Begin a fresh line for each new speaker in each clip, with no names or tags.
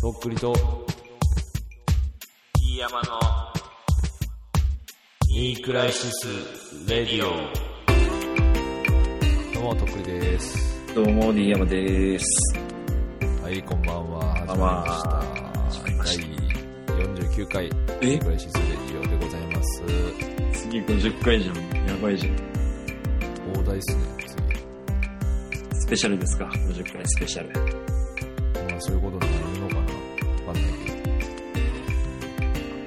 とっくりと、
飯山の
イークライシス・レディオ。どうも、とっくりです。
どうも D 山です
はい、こんばんは。
こんばんは
始まりました。第49回、イ
え
ークライシス・レディオでございます。
次50回じゃんやばいじゃん
大台ですね、次。
スペシャルですか50回スペシャル
まあ、そういうことになるのかなわかんないけ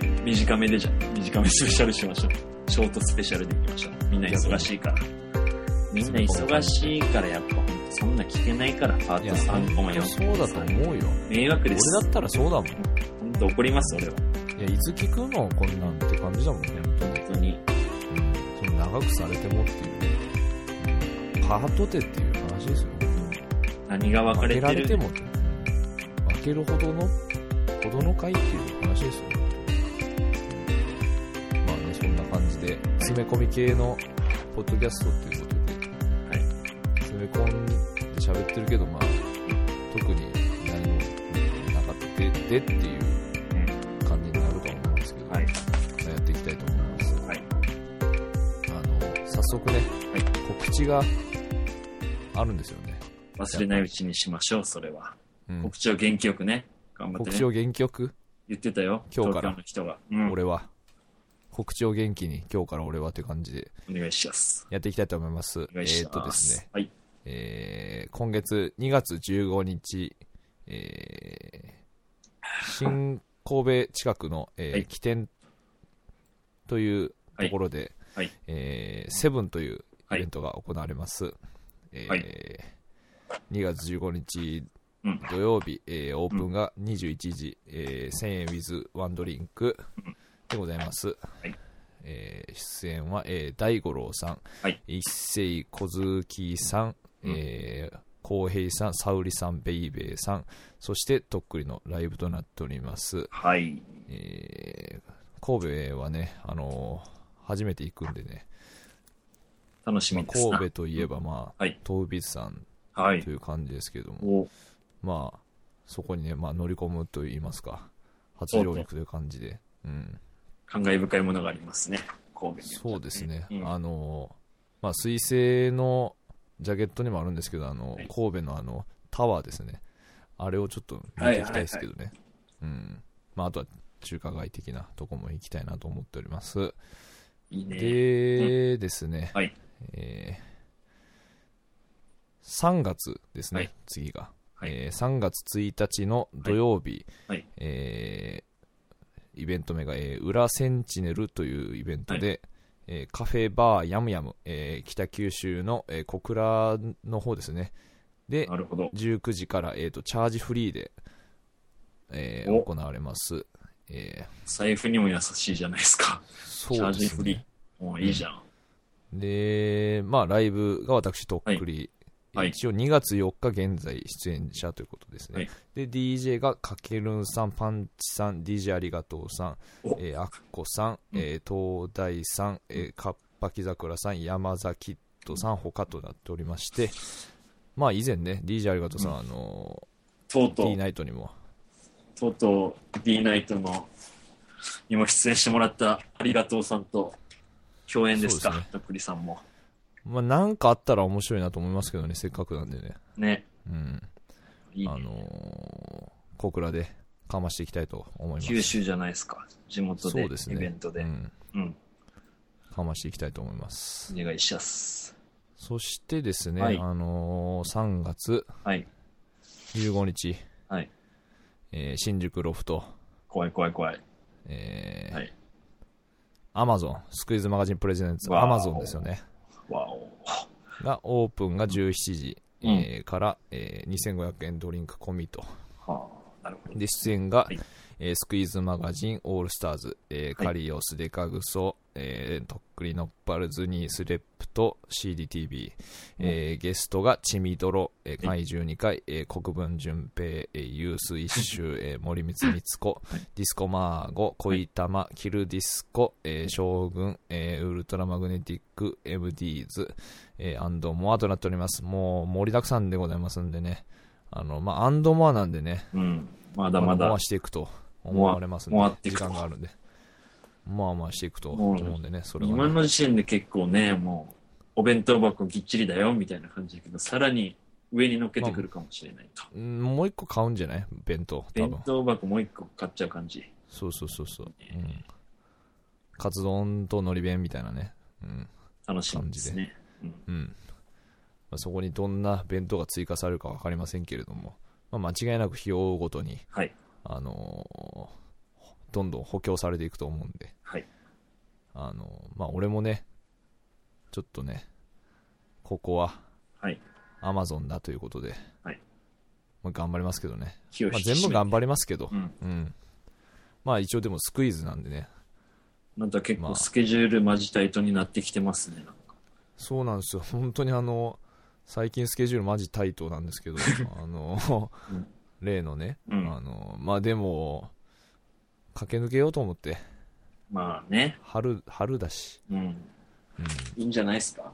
ど。
短めでじゃん短めスペシャルしましょうショートスペシャルでいきましょうみんな忙しいからみんな忙しいからやっぱほんとそんな聞けないからパー
い
ト3コマ
いやそう
4
だと思うよ。
迷惑
俺
で
だ
す
っ。たらそうだもん。い
ほんと怒ります、俺は。
や、いつ聞くのこんなんって感じだもんね、本当に。
本当に。
うんその長くされてもっていう、パート手っていう話ですよ。
何が分か
負
れ
けら
て
れ
る
てもって、負けるほどの、ほどの回っていう話ですよ。まあね、そんな感じで、詰め込み系のポッドキャストっていうことで、
は
詰め込んで喋ってるけど、まあ、特に何もなかったででっていう感じになるとは思うんですけど、
はい。
まあやっていきたいと思います。
はい。
あの、早速ね、告知があるんですよね。
忘れないうちにしましょう、それは。
うん
告知を元気よくね。頑張っ
告
てね
知。を元気よく、
言ってたよ。
今日から
東京の人が。うん。
俺は。告知を元気に、今日から俺はという感じで
お願いします。
やっていきたいと思います。
お願いし
えーっと
ま
です
す。
ね、
はい。
えー、今月2月15日、えー、新神戸近くの、えー
はい
起点というところで、
はいはい
えーセブンというイベントが行われます。えー
は
2月15日
うん
土曜日、えーオープンが21時、えー1000円 with ワンドリンクでございます。
い
えー出演は、えー大五郎さん、
はい
一世小月さん、
うん
えー、浩平さん、沙織さん、ベイベーさん、そしてとっくりのライブとなっております。
はい。
えー神戸はね、あのー初めて行くんでね、
楽しみですな。
神戸といえば、まあ、
はい
東美さん
は
と
い。
いう感じですけども、
お
まあ、そこにね、まあ、乗り込むといいますか、初上陸という感じで、うん、
感慨深いものがありますね。神戸には。
そうですね、
うん
あのーまあ、水星のジャケットにもあるんですけど、あの
はい
神戸のあのタワーですね、あれをちょっと見ていきたいですけどね、うんまあ、あとは中華街的なとこも行きたいなと思っております。
いいね。
でですね、
はい
えー3月ですね、
はい
次が、
はい
えー3月1日の土曜日、
はいはい
えーイベント名が、えー裏センチネルというイベントで、えーカフェバーヤムヤム、えー北九州の、えー小倉の方ですねで
なるほど。
19時から、えー、とチャージフリーで、えー
お
行われます、えー
財布にも優しいじゃないですか。チ
そ
ャー
うで
ジ
す
フリ
ね
ー。もういいじゃん。
で、まあ、ライブが私、とっくり、
はい
一応2月4日現在出演者ということですね。
はい
で、DJ がかけるんさん、パンチさん、DJ ありがとうさん、
お
えーあっこさん、えー東大さん、えー、かっぱきざくらさん、山崎っとさん、他となっておりまして、まあ、以前ね、DJ ありがとうさん、あの
とう
ー、
と
D
う、
ナイトにも、
とうとう D ナイトの、にも出演してもらったありがとうさんと共演です
そう
か
です。
とっくりさんも。
まあ、なんかあったら面白いなと思いますけどね、せっかくなんでね。
ね。
うん。
いい
あ
ね。
のー小倉でかましていきたいと思います。
九州じゃないですか。地元で、
そうですね。
イベントで
う。ん
うん。
かましていきたいと思います。
お願いします。
そしてですね、
はい
あのー3月
はい。
15日、
はい。
えー新宿ロフト、
怖い怖い怖い。
えー
はい。
アマゾン、スクイーズマガジンプレゼンツ、
わー
アマゾンですよね。
わお。
が、オープンが17時、
うん
えーから、えー2500円ドリンク込みと。
はあ、なるほど。
で、出演が、
はい
えースクイーズマガジン、オールスターズ、えー
はい
カリオス、デカグソ、えーとっくりのっぱるズニー、スレップと CDTV、えーゲストがチミドロ、えー怪獣2回、えー国分淳平、えーユース一周、えー森光光子、ディスコマーゴ、恋玉、キルディスコ、えー将軍、えーウルトラマグネティック、MDs、えー、アンドモアとなっております。もう盛りだくさんでございますんでね、あの、まあ、アンドモアなんでね、
うん。まだま
モ
だ
ア、していくと思われますん
モ
で
アモアってい
時
くと
間があるんで。まあまあしていくと思うんでね、それはね、
今の時点で結構ね、もう、お弁当箱ぎっちりだよ、みたいな感じだけど、さらに上に乗っけてくるかもしれないと。
うんもう一個買うんじゃない弁当、多分
弁。当箱もう一個買っちゃう感じ。
そうそうそうそう。うん。カツ丼と海苔弁みたいなね。うん。
楽しみですね。うん
うん。まあ、そこにどんな弁当が追加されるか分かりませんけれども、まあ、間違いなく費用ごとに、
はい。
あのーどんどん補強されていくと思うんで、
はい。
あのーまあ、俺もね、ちょっとね、ここは
はい。
アマゾンだということで、
はい
まあ、頑張りますけどね。
気を
まあ、
引き締め
全
て
部頑張りますけど、
うん。
うん。まあ一応でもスクイーズなんでね、
なんか結
まあ
構スケジュールマジタイトになってきてますね。なんか
そうなんですよ、本当にあの、最近スケジュールマジタイトなんですけ ど、あの、
うん
例のね、
うん
あの、まあでも、駆け抜けようと思って、
まあね。
春、春だし、
うん。
うん、
いいんじゃないですか。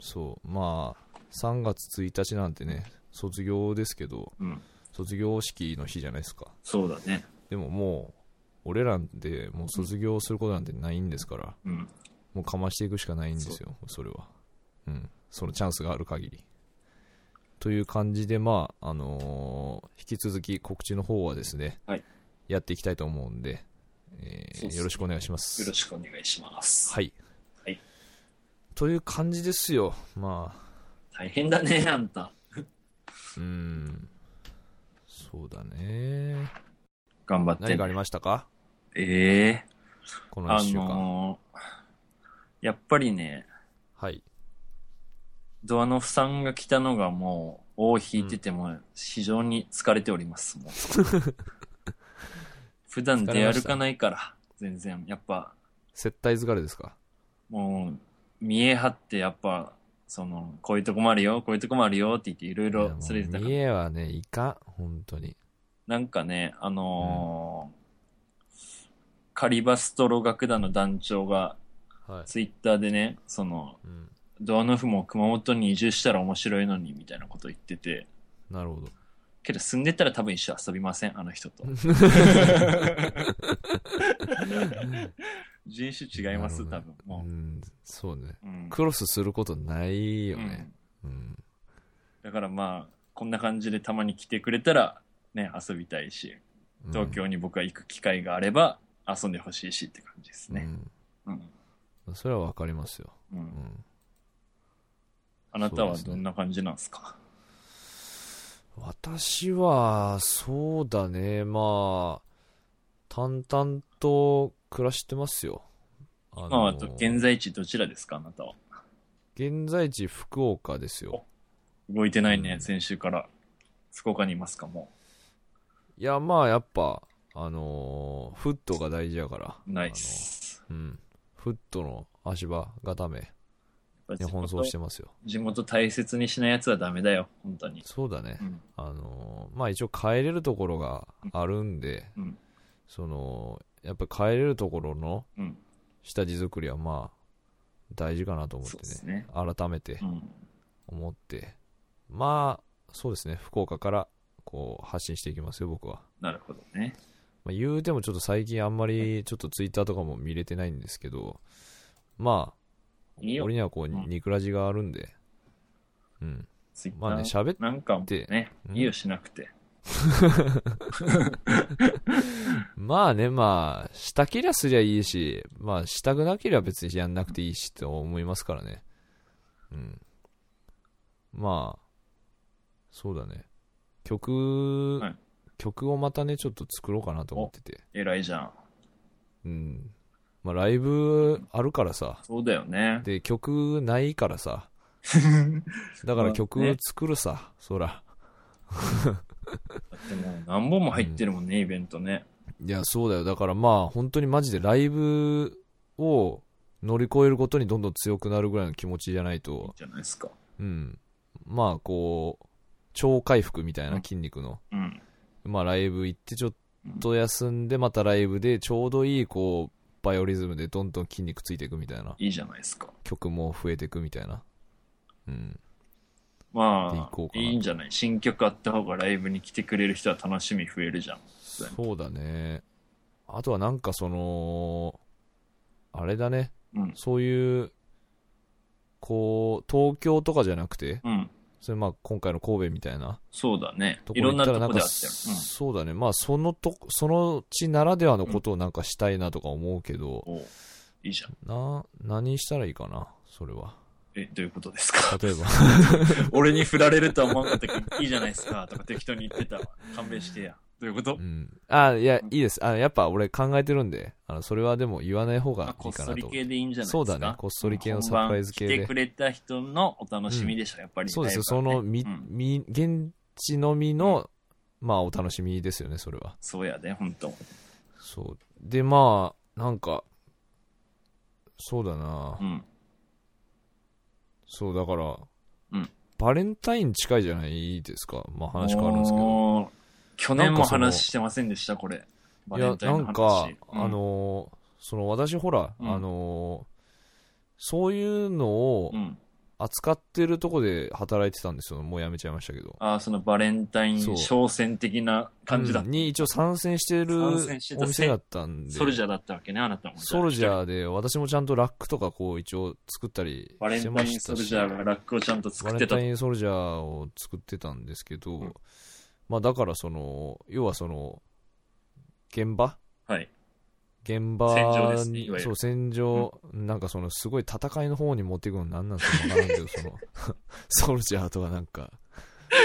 そう、まあ、3月1日なんてね、卒業ですけど、
うん。
卒業式の日じゃないですか。
そうだね。
でももう、俺らでもう卒業することなんてないんですから、
うん。
もうかましていくしかないんですよ、それは。うん。そのチャンスがある限り。という感じで、まあ、あのー引き続き告知の方はですね、
はい
やっていきたいと思うんで、えー
そうっすね
よろしくお願いします。
よろしくお願いします。
はい。
はい
という感じですよ。まあ、
大変だね、あんた。
うーん。そうだね。
頑張って、
何がありましたか
ええ
この
あ
1週間。
のーやっぱりね、
はい。
ドアノフさんが来たのがもう、尾を引いてても、非常に疲れております、もう 普段出歩かないから、全然。やっぱ、
接待疲れですか
もう、見え張って、やっぱ、その、こういうとこもあるよ、こういうとこもあるよって言って、いろい
いや
ろ
もう
連れてたから
三重はね、いかん、本当に。
なんかね、あのーカリバストロ楽団の団長が、
はい。
ツイッターでね、その、
うん。
ドアノフも熊本に移住したら面白いのに、みたいなこと言ってて、
なるほ ど。
けど住んでたら多分一緒遊びません、あの人と。人種違います、
な
多
る
分。
う
も
ん、そうね。
う。うん
クロスすることないよ
うん
ね。うん。
だからまあ、こんな感じでたまに来てくれたら、ね、遊びたいし、
うん
東京に僕は行く機会があれば、遊んでほしいしって感じですね。うん
うんそれはわかりますよ。
う
うんん。
あなたはどんな感じなんですか
私は、そうだね、まあ、淡々と暮らしてますよ。あの
まあ、あと現在地どちらですかあなたは。
現在地福岡ですよ。
動いてないね、
うん
先週から。福岡にいますかも
いや、まあ、やっぱ、あのーフットが大事やから。
う。ナイス。
あの。うん。フットの足場固めに
やっぱ
奔
地
走
元
してますよ。
地元大切にしないやつはダメだよ、本当に。
そうだね。
うん。
あのまあ一応帰れるところがあるんで、
うん
そのやっぱり帰れるところの
うん。
下地作りはまあ大事かなと思っ
そうで
て
す
ね
ね。
改めて
うん。
思って、まあそうですね福岡からこう発信していきますよ僕は、
なるほどね。
まあ、言うてもちょっと最近あんまりちょっとツイッターとかも見れてないんですけどまあ
いいよ
俺にはこう
うん
肉ラジがあるんでうん
ツイッター
まあね喋っ
なんかもう
て
ね、
うん
いいよしなくて。
まあね、まあ、したけりゃすりゃいいし、まあ、したくなけりゃ別にやんなくていいしって思いますからね。うん。まあ、そうだね。曲、
はい
曲をまたね、ちょっと作ろうかなと思ってて。
偉いじゃん。
うん。まあ、ライブあるからさ。
そうだよね。
で、曲ないから さ。だから曲
まあね
作るさ、そら。
だってもう何本も入ってるもんね、イベントね。
いや、そうだよ。だからまあ、本当にマジでライブを乗り越えることにどんどん強くなるぐらいの気持ちじゃないと。
じゃないですか。
うん、まあこう超回復みたいな筋肉の、
うん。
まあライブ行ってちょっと休んでまたライブでちょうどいいこうバイオリズムでどんどん筋肉ついていくみたいない
いじゃないですか。
曲も増えていくみたいなうんで行
まあ
こう、かない
いんじゃない新曲あった方がライブに来てくれる人は楽しみ増えるじゃん。
そうだね。あとはなんかその、あれだね。
うん。
そういう、こう、東京とかじゃなくて、
うん。
それまあ今回の神戸みたいな
そうだね
と。こ
いろ
ろ行
んな
ったら
と
なん
こ
か、
であったよ。
そうだね。まあそのと、その地ならではのことをなんかしたいなとか思うけど、
うん。おういいじゃん。
な、何したらいいかな、それは。
え、どういうことですか
例えば。
俺に振られるとは思わなかったけど、いいじゃないですかとか適当に言ってたわ。勘弁してや。どういうこと
うん。あ、いや、いいです。あのやっぱ俺考えてるんで、あの、それはでも言わない方
まあ
がい
こ
い
っ
か
そ
な
り
と。
系でいいんじゃないですか
そうだね。こっそり系のサプライズ系
本番来て
で
く。れた人のお楽しみでしょ、やっぱり、
そうですよ。
ラ
そ
イブはね
の、み
う、ん
み、現地のみの、まあ、お楽しみですよね、それは。
そうやで、本当
そう。で、まあ、なんか、そうだな
う。ん。
そう、だから
うん、
バレンタイン近いじゃないですか。まあ、話変わるんですけど。
ど。去年
なん
も
かその
話してませんでした、これ。バ
い
レ
や
ン、タイ
な
ンの
ん
話
か、あ、のー、その、私、ほら、
うん
あのー、そういうのを
うん。うん
扱ってるとこで働いてたんですよ。もう辞めちゃいましたけど。
ああ、そのバレンタイ
そう
ン商戦的な感じだっ
うんに一応参戦してる
参戦してた
お店だったん
た。
で。
ソルジャーだったわけね、あなたも。
ソルジ
ー。
ャーで、私もちゃんとラックとかこう一応作ったり
バレ
して
ン
ま
タイン
し
ソ
た
ル
し、
ジャーがラックをちゃんと作ってた
バレンタ。
と
インソルジャーを作ってたんですけど、
うん
まあだからその、要はその、現場
はい。
現
戦場で
場
すね
に
いわ、ゆる
そう、戦場、なんかその、すごい戦いの方に持っていくのなんなんすかわからんけど、 その、ソルジャーとかなんか、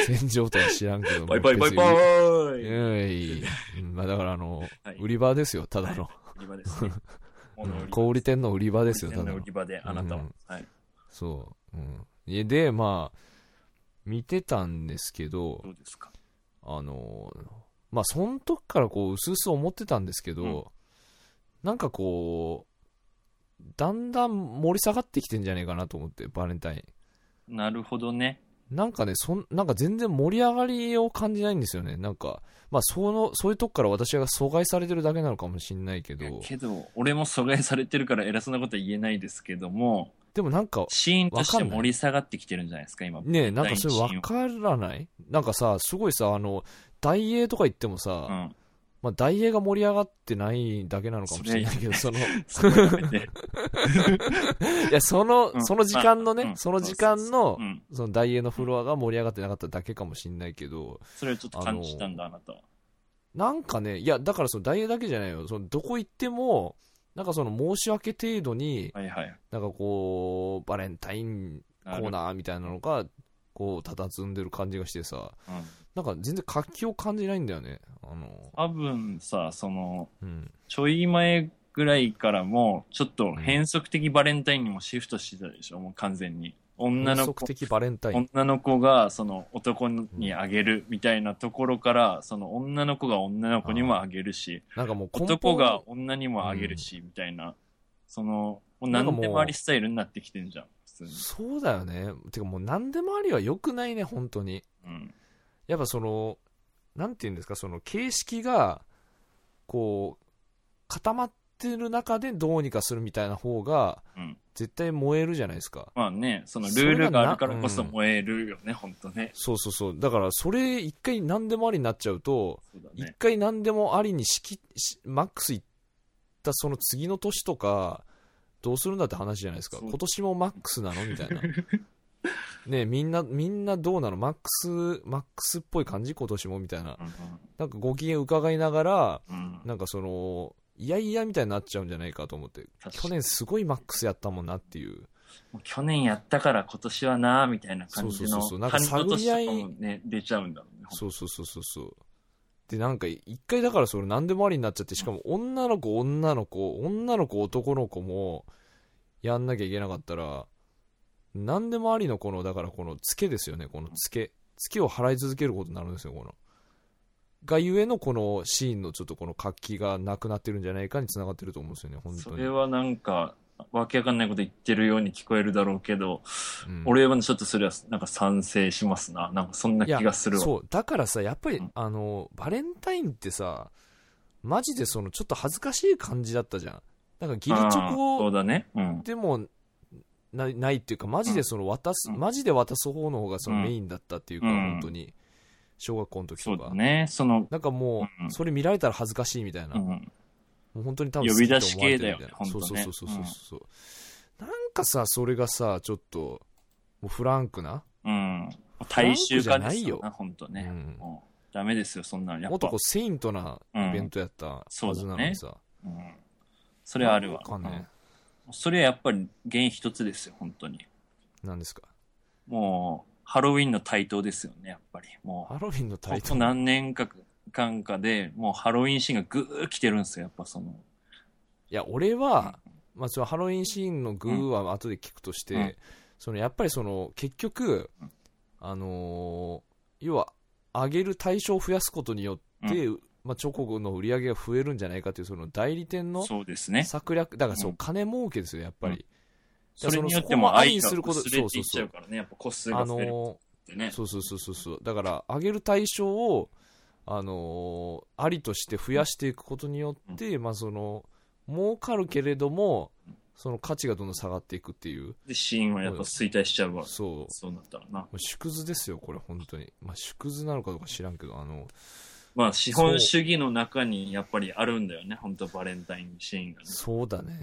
戦場とは知らんけど、
バイバイバイバ
もう別に
イ
うん うんまあだからあの、
はい
売り場ですよ、ただの。
売り場ですね。 物
うん
売
小売
り場
店の売り場ですよ、
小売
ただ
店の
の
売。り場で、あなた
う
は
ん。
はい。
そう。うんいや。で、まあ、見てたんですけど
ど、うですか
あの、まあ、その時からこう、うすうす思ってたんですけど、
うん
なんかこう、だんだん盛り下がってきてんじゃねえかなと思って、バレンタイン。
なるほどね。
なんかね、そん、なんか全然盛り上がりを感じないんですよね。なんか、まあ、その、そういうとこから私が阻害されてるだけなのかもしんないけ
いや
ど、
けど、俺も阻害されてるから偉そうなことは言えないですけども、
でもなんか、
シーンとし
わか
て
んない
盛り下がってきてるんじゃないですか、今。
ねえ、なんかそれ
第一シーン
わからないなんかさ、すごいさ、あの、大英とか行ってもさ、
うん。
まあ、大英が盛り上がってないだけなのかもしれないけど、その、い
それやめて
や、その
う、ん
その時間のね、
うん
その時間の
う、ん。
その大英のフロアが盛り上がってなかっただけかもしれないけど、
それをちょっと感じたんだ、あなたは。
なんかね、いや、だからその大英だけじゃないよ。そのどこ行っても、なんかその申し訳程度に、
はいはい。
なんかこう、バレンタインコ
なる
ーナーみたいなのが、こう、佇んでる感じがしてさ、
うん
なんか全然活気を感じないんだよね。あの、
多分さ、その、
うん。
ちょい前ぐらいからも、ちょっと変則的バレンタインにもシフトしてたでしょ、もう完全に。女の
変
子
則的バレンタイン。
女の子がその男にあげるみたいなところから、その女の子が女の子にもあげるし、
なんかもう根本
男が女にもあげるし、みたいな、その、もう
なんかもう
何でもありスタイルになってきてんじゃん、普通に。
そうだよね。てかもう何でもありは良くないね、本当に。
うん。
やっぱその、なんていうんですか、その形式が、こう、固まってる中でどうにかするみたいな方が、
うん
絶対燃えるじゃないですか。
まあね、そのル
それ
ー
がな
ルがあるからこそ燃えるよね、ほんとね。
そうそうそう。だからそれ一回何でもありになっちゃうと、
そうだ
一
ね。
回何でもありにしきしマックスいったその次の年とかどうするんだって話じゃないですか
そう
今年もマックスなのみたい なねえみんなみんなどうなのマックスマックスっぽい感じ今年もみたいな
う
なんかご機嫌伺いながら
んうん。うん
なんかそのいやいやみたいになっちゃうんじゃないかと思って
確か
去
に
年すごいマックスやったもんなっていう
もう去年やったから今年はな、みたいな感じ
そう
の
そうそうそうなんか
感情として
探り合い
もね、出ちゃうんだろうね。ほんと
そうそうそうそうそうでなんか一回だからそれ何でもありになっちゃってしかも女の子女の子女の子男の子もやんなきゃいけなかったら何でもありのこのだからこのツケですよねこのツケツケを払い続けることになるんですよこのがゆえのこのシーンのちょっとこの活気がなくなってるんじゃないかにつながってると思うんですよね本当
そ
に
れはなんか、わけわかんないこと言ってるように聞こえるだろうけど、
うん
俺はちょっとそれはなんか賛成しますな。なんかそんない
や
気がするわ。
そうだからさやっぱり、
うん
あのバレンタインってさマジでそのちょっと恥ずかしい感じだったじゃんなんか義理チョ
あーそ
コ
うだね。うん。
でもないないっていうかマジでその渡す、
うん
マジで渡す方の方がそのメインだったっていうか、
うん
本当に小学校の時
そ
と
う
か、
だね。その、
なんかも
う
うんそれ見られたら恥ずかしいみたいな、
う
も
ん。
う本当に多分
呼び出し系だよ
好きって思われてるみたい
ね
な
本
そ
当
う
ね
そうそうそうそう、なんかさそれがさちょっともうフランクな
うん。大衆化
フランクじゃな
で
い
す
よ
よな、本当ね。
う
うんんダメですよ、そんなの。や
もっ
っ
と
ぱ
こう、セイントなイベントやったはず
そうだね
なのにさ、
うん。それはあるわ。
わかんね
うんそれはやっぱり原因一つですよ、本当に。
何ですか
もう、ハロウィンの台頭ですよね、やっぱり。もう、
ハロウィンのタ
こ
イト
こ
ル
何年か間かで、もうハロウィンシーンがぐー来てるんですよ、やっぱその。
いや俺は、まあ、そのハロウィンシーンのグーは後で聞くとして、
うん
そのやっぱりその結局
うん、
あのー要は上げる対象を増やすことによって、まあ、チョコの売り上げが増えるんじゃないかというその代理店の
そうですね。
策略だからそうう金儲けですよやっぱり、
それによって
そこ
も
も
愛
愛す
が
ること
薄れていっちゃうからね、やっぱ個数
あ
が増えるっ
の
てね
ー。そうそうそうそうそうだから上げる対象をあのーありとして増やしていくことによって、まあその儲かるけれどもその価値がどんどん下がっていくっていう
で、シーンはやっぱ衰退しちゃうわ。
そう
そうなったらな。
もう縮図ですよ、これ、本当に。まあ、縮図なのかどうか知らんけど、あの、
まあ、資本主義の中にやっぱりあるんだよね、本当バレンタインシーンがね。
そうだね。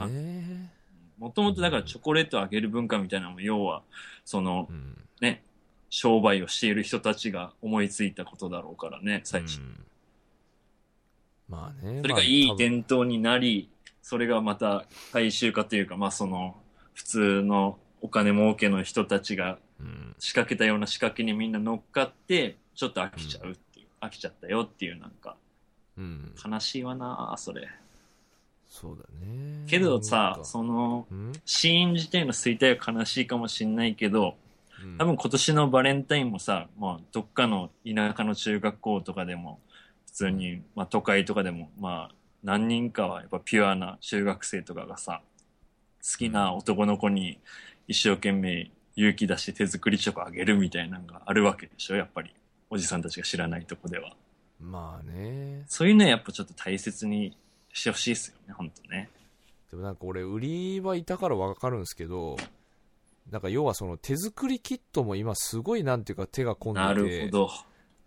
もともとだからチョコレートをあげる文化みたいなのも、要は、その
うん。
ね、商売をしている人たちが思いついたことだろうからね、最初。
うんまあね。
それがい
ま
い
あ
伝統になり、それがまた大衆化というか、まあその、普通のお金儲けの人たち
多
が
分うん
仕掛けたような仕掛けにみんな乗っかって、ちょっと飽きちゃうっていう、飽きちゃったよっていうなんか、
うん。
悲しいわなあそれ。
そうだね。
けどさ
な、んか
その、
うん
シーン自体の衰退は悲しいかもしんないけど、
うん
多分今年のバレンタインもさ、まあ、どっかの田舎の中学校とかでも、普通に、まあ、都会とかでも、まあ、何人かはやっぱピュアな中学生とかがさ、好きな男の子に一生懸命勇気出して手作りチョコあげるみたいなのがあるわけでしょ、やっぱり。おじさんたちが知らないとこでは。
まあね。
そういうのはやっぱちょっと大切にしてほしいですよね、ほんとね。
でもなんか俺、売りはいたからわかるんですけど、なんか要はその手作りキットも今すごいなんていうか手が込んでて
なるほど。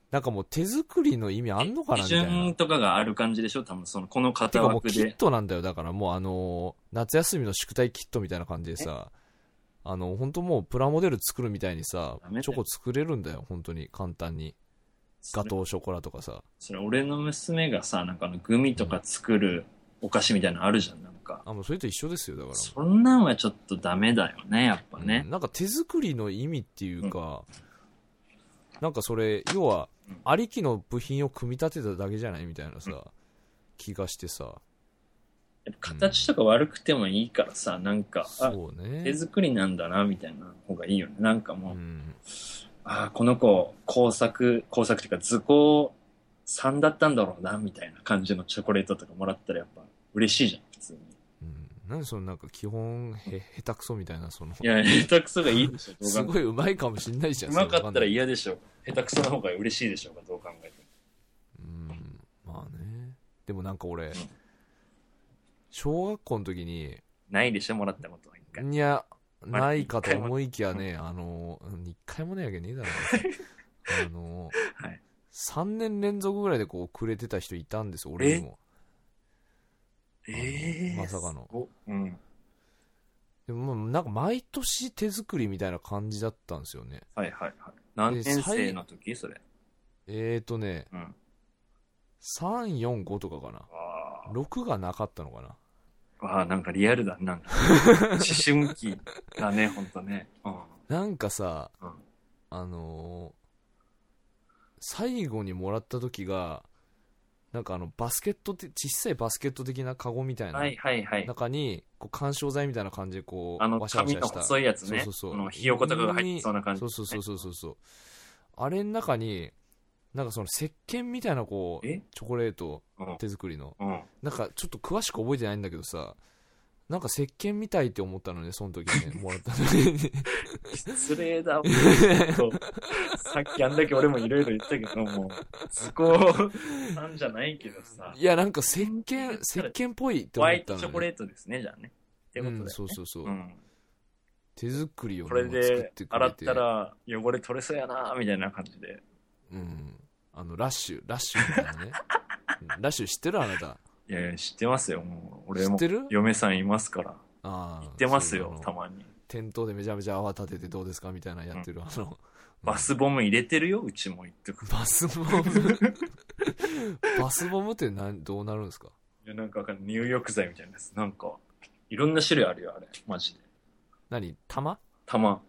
なんかもう手作りの意味あんのかな
基
みたいな。
準とかがある感じでしょ多分その、この
て
型
かもう
枠
キッ
で。
トなんだよだからもうあのー夏休みの宿題キットみたいな感じでさあの本当もうプラモデル作るみたいにさ
ダメだよ
チョコ作れるんだよ本当に簡単にガトーショコラとかさ
それ俺の娘がさ、なんかあのグミとか作るお菓子みたいなのあるじゃん、なんか。
あもうそれと一緒ですよだから
そんなんはちょっとダメだよね、やっぱ
う
ね
ん。なんか手作りの意味っていうか、なんかそれ要は
うん
ありきの部品を組み立てただけじゃないみたいなさ、
うん
気がしてさ
やっぱ形とか悪くてもいいからさ、なんか、あ、
そう
手
ね
作りなんだな、みたいな方がいいよね。なんか
う
もう、
ん
ああ、この子、工作、工作っていうか図工3だったんだろうな、みたいな感じのチョコレートとかもらったらやっぱ嬉しいじゃん、普通に。
うん、何そのなんか基本へ下手くそみたいなその
いや、下手くそがいいでしょ、どう考
す
えても
ごいうまいかもしんないじゃ。
うんまかったら
い。
嫌でしょう。下手くそな方が嬉しいでしょうか、どう考えて
う
も。
ん。まあね。でもなんか俺
ん、
小学校の時に、
ないでしょ、もらったことは一回。
いや、
まあ
ないかと思いきやね、あの、うん一回もないわけね えだろ。あの、
はい。
3年連続ぐらいでこう、くれてた人いたんですよ、俺にも。
ええ
まさかの
おうん。
でも、まあなんか毎年手作りみたいな感じだったんですよね。
はいはいはい。何年生の時それ。
えーとね、
うん。
3、4、5とかかな。
あ
6がなかったのかな。
ーあー、なんかリアル だな。思春期だね、ほんとね。うん。
なんかさ、
うん
あのー最後にもらった時がなんかあのバスケットって小さいバスケット的なカゴみたいな
はいはいはい。
中にこう干渉剤みたいな感じでこう
あの
ワシャワシ
紙
ャ
の
した
細いやつね。
そうそうそう
あのひよことかが入ってそうな感じ。
そうそうそうそうそうそうあれの中になんかその石鹸みたいなこう
え
チョコレート
うん。
手作りの
うん。
なんかちょっと詳しく覚えてないんだけどさなんか石鹸みたいって思ったのねその時ね もらったのに
失礼 だ、もうさっきあんだけ俺もいろいろ言ったけど、もう、図工さんじゃないけどさ
い、や、なんか石鹸、 石鹸っぽいって
ホ
思
ワ
っ
イ
た
ト
の、ね。
チョコレートですね、じゃあね。ってことだよね。
うん、そうそうそう。
うん。
手作りを
これ
もう作
で
ってく
洗
れ
ってたら汚れ取れそうやなみたいな感じで。
うんあのラッシュラッシュみたいなねうんラッシュ知ってるあなた
いやいや、知ってますよ。もう俺
知っ
も
てる
嫁さんいますから。
ああ
行ってます
そうあ
よ
の、
たまに。
店頭でめちゃめちゃ泡立ててどうですかみたいなのやってる、あの
バスボム入れてるよ、うちも言っとく。
バスボム バスボムってなんどうなるんですか
いや、なんかわかんない入浴剤みたいなやつ。なんか、いろんな種類あるよ、あれ。マジで。
何玉
玉。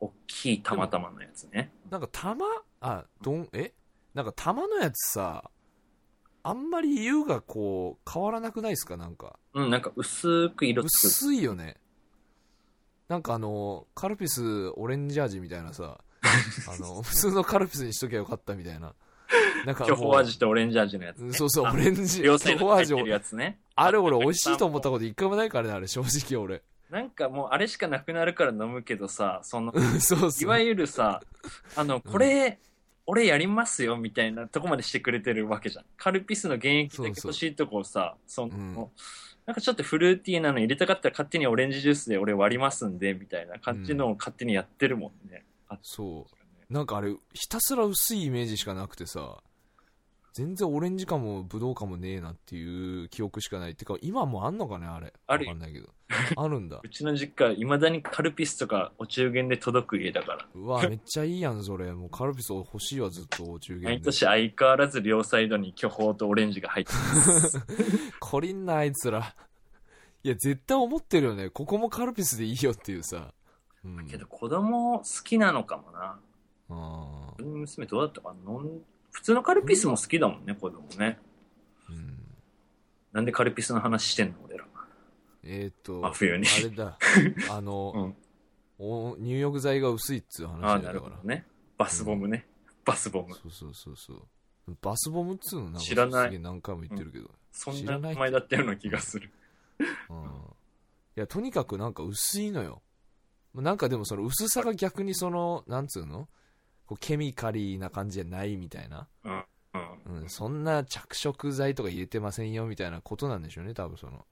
おっきい玉玉のやつね。
なんか玉あどんえなんか玉のやつさあんまり湯がこう変わらなくないですかなんか
うん、なんか薄く色つく。
薄いよねなんかあのカルピスオレンジ味みたいな さあの普通のカルピスにしときゃよかったみたいななんかもう
巨峰味とオレンジ味のやつ、
う
ね
ん。 そうそうオ
あ
レンジ
両
巨
サイド
峰
に入っ
味
てるやつね。
あれ俺美味しいと思ったこと一回もないからねあれ正直俺
なんかもうあれしかなくなるから飲むけどさ、その、
うんそう
い
そ
わ
う
ゆるさ、あの、これ、俺やりますよみたいなとこまでしてくれてるわけじゃん。カルピスの原液だけ
そうそう
欲しいとこをさ、その、
うん
なんかちょっとフルーティーなの入れたかったら勝手にオレンジジュースで俺割りますんで、みたいな感じのを勝手にやってるもんね。あ
そうなんかあれひたすら薄いイメージしかなくてさ全然オレンジかもブドウかもねえなっていう記憶しかないってか今もあんのかねあれ
あるよ
わかんないけどあるんだ
うちの実家、いまだにカルピスとかお中元で届く家だから。
うわめっちゃいいやんそれもうカルピス欲しいわずっとお中元
毎
で
年相変わらず両サイドに巨峰とオレンジが入って ます。
こりんなあいつら いや絶対思ってるよねここもカルピスでいいよっていうさ、うん、
けど子供好きなのかもな。
あ
俺の娘どうだったかな飲ん普通のカルピスも好きだもんね、子供ね。
ーうん
なんでカルピスの話してんの俺ら。
えーっと
真冬に
あれ だあの、
うん
お入浴剤が薄いっつう
ああ、
話だ
な
よだ
る
か
ほ
ら
どね。バスボムね。バスボム。
そうそうそうそうバスボムっつうのなんか
知らない
すげえ何回も言ってるけど、
そ
知
ん
ら
な
ない
名前だったような気がする。
うんいやとにかくなんか薄いのよなんかでもその薄さが逆にそのなんつうのこうケミカリーな感じじゃないみたいな、
うん。
うん、そんな着色剤とか入れてませんよみたいなことなんでしょうね多分その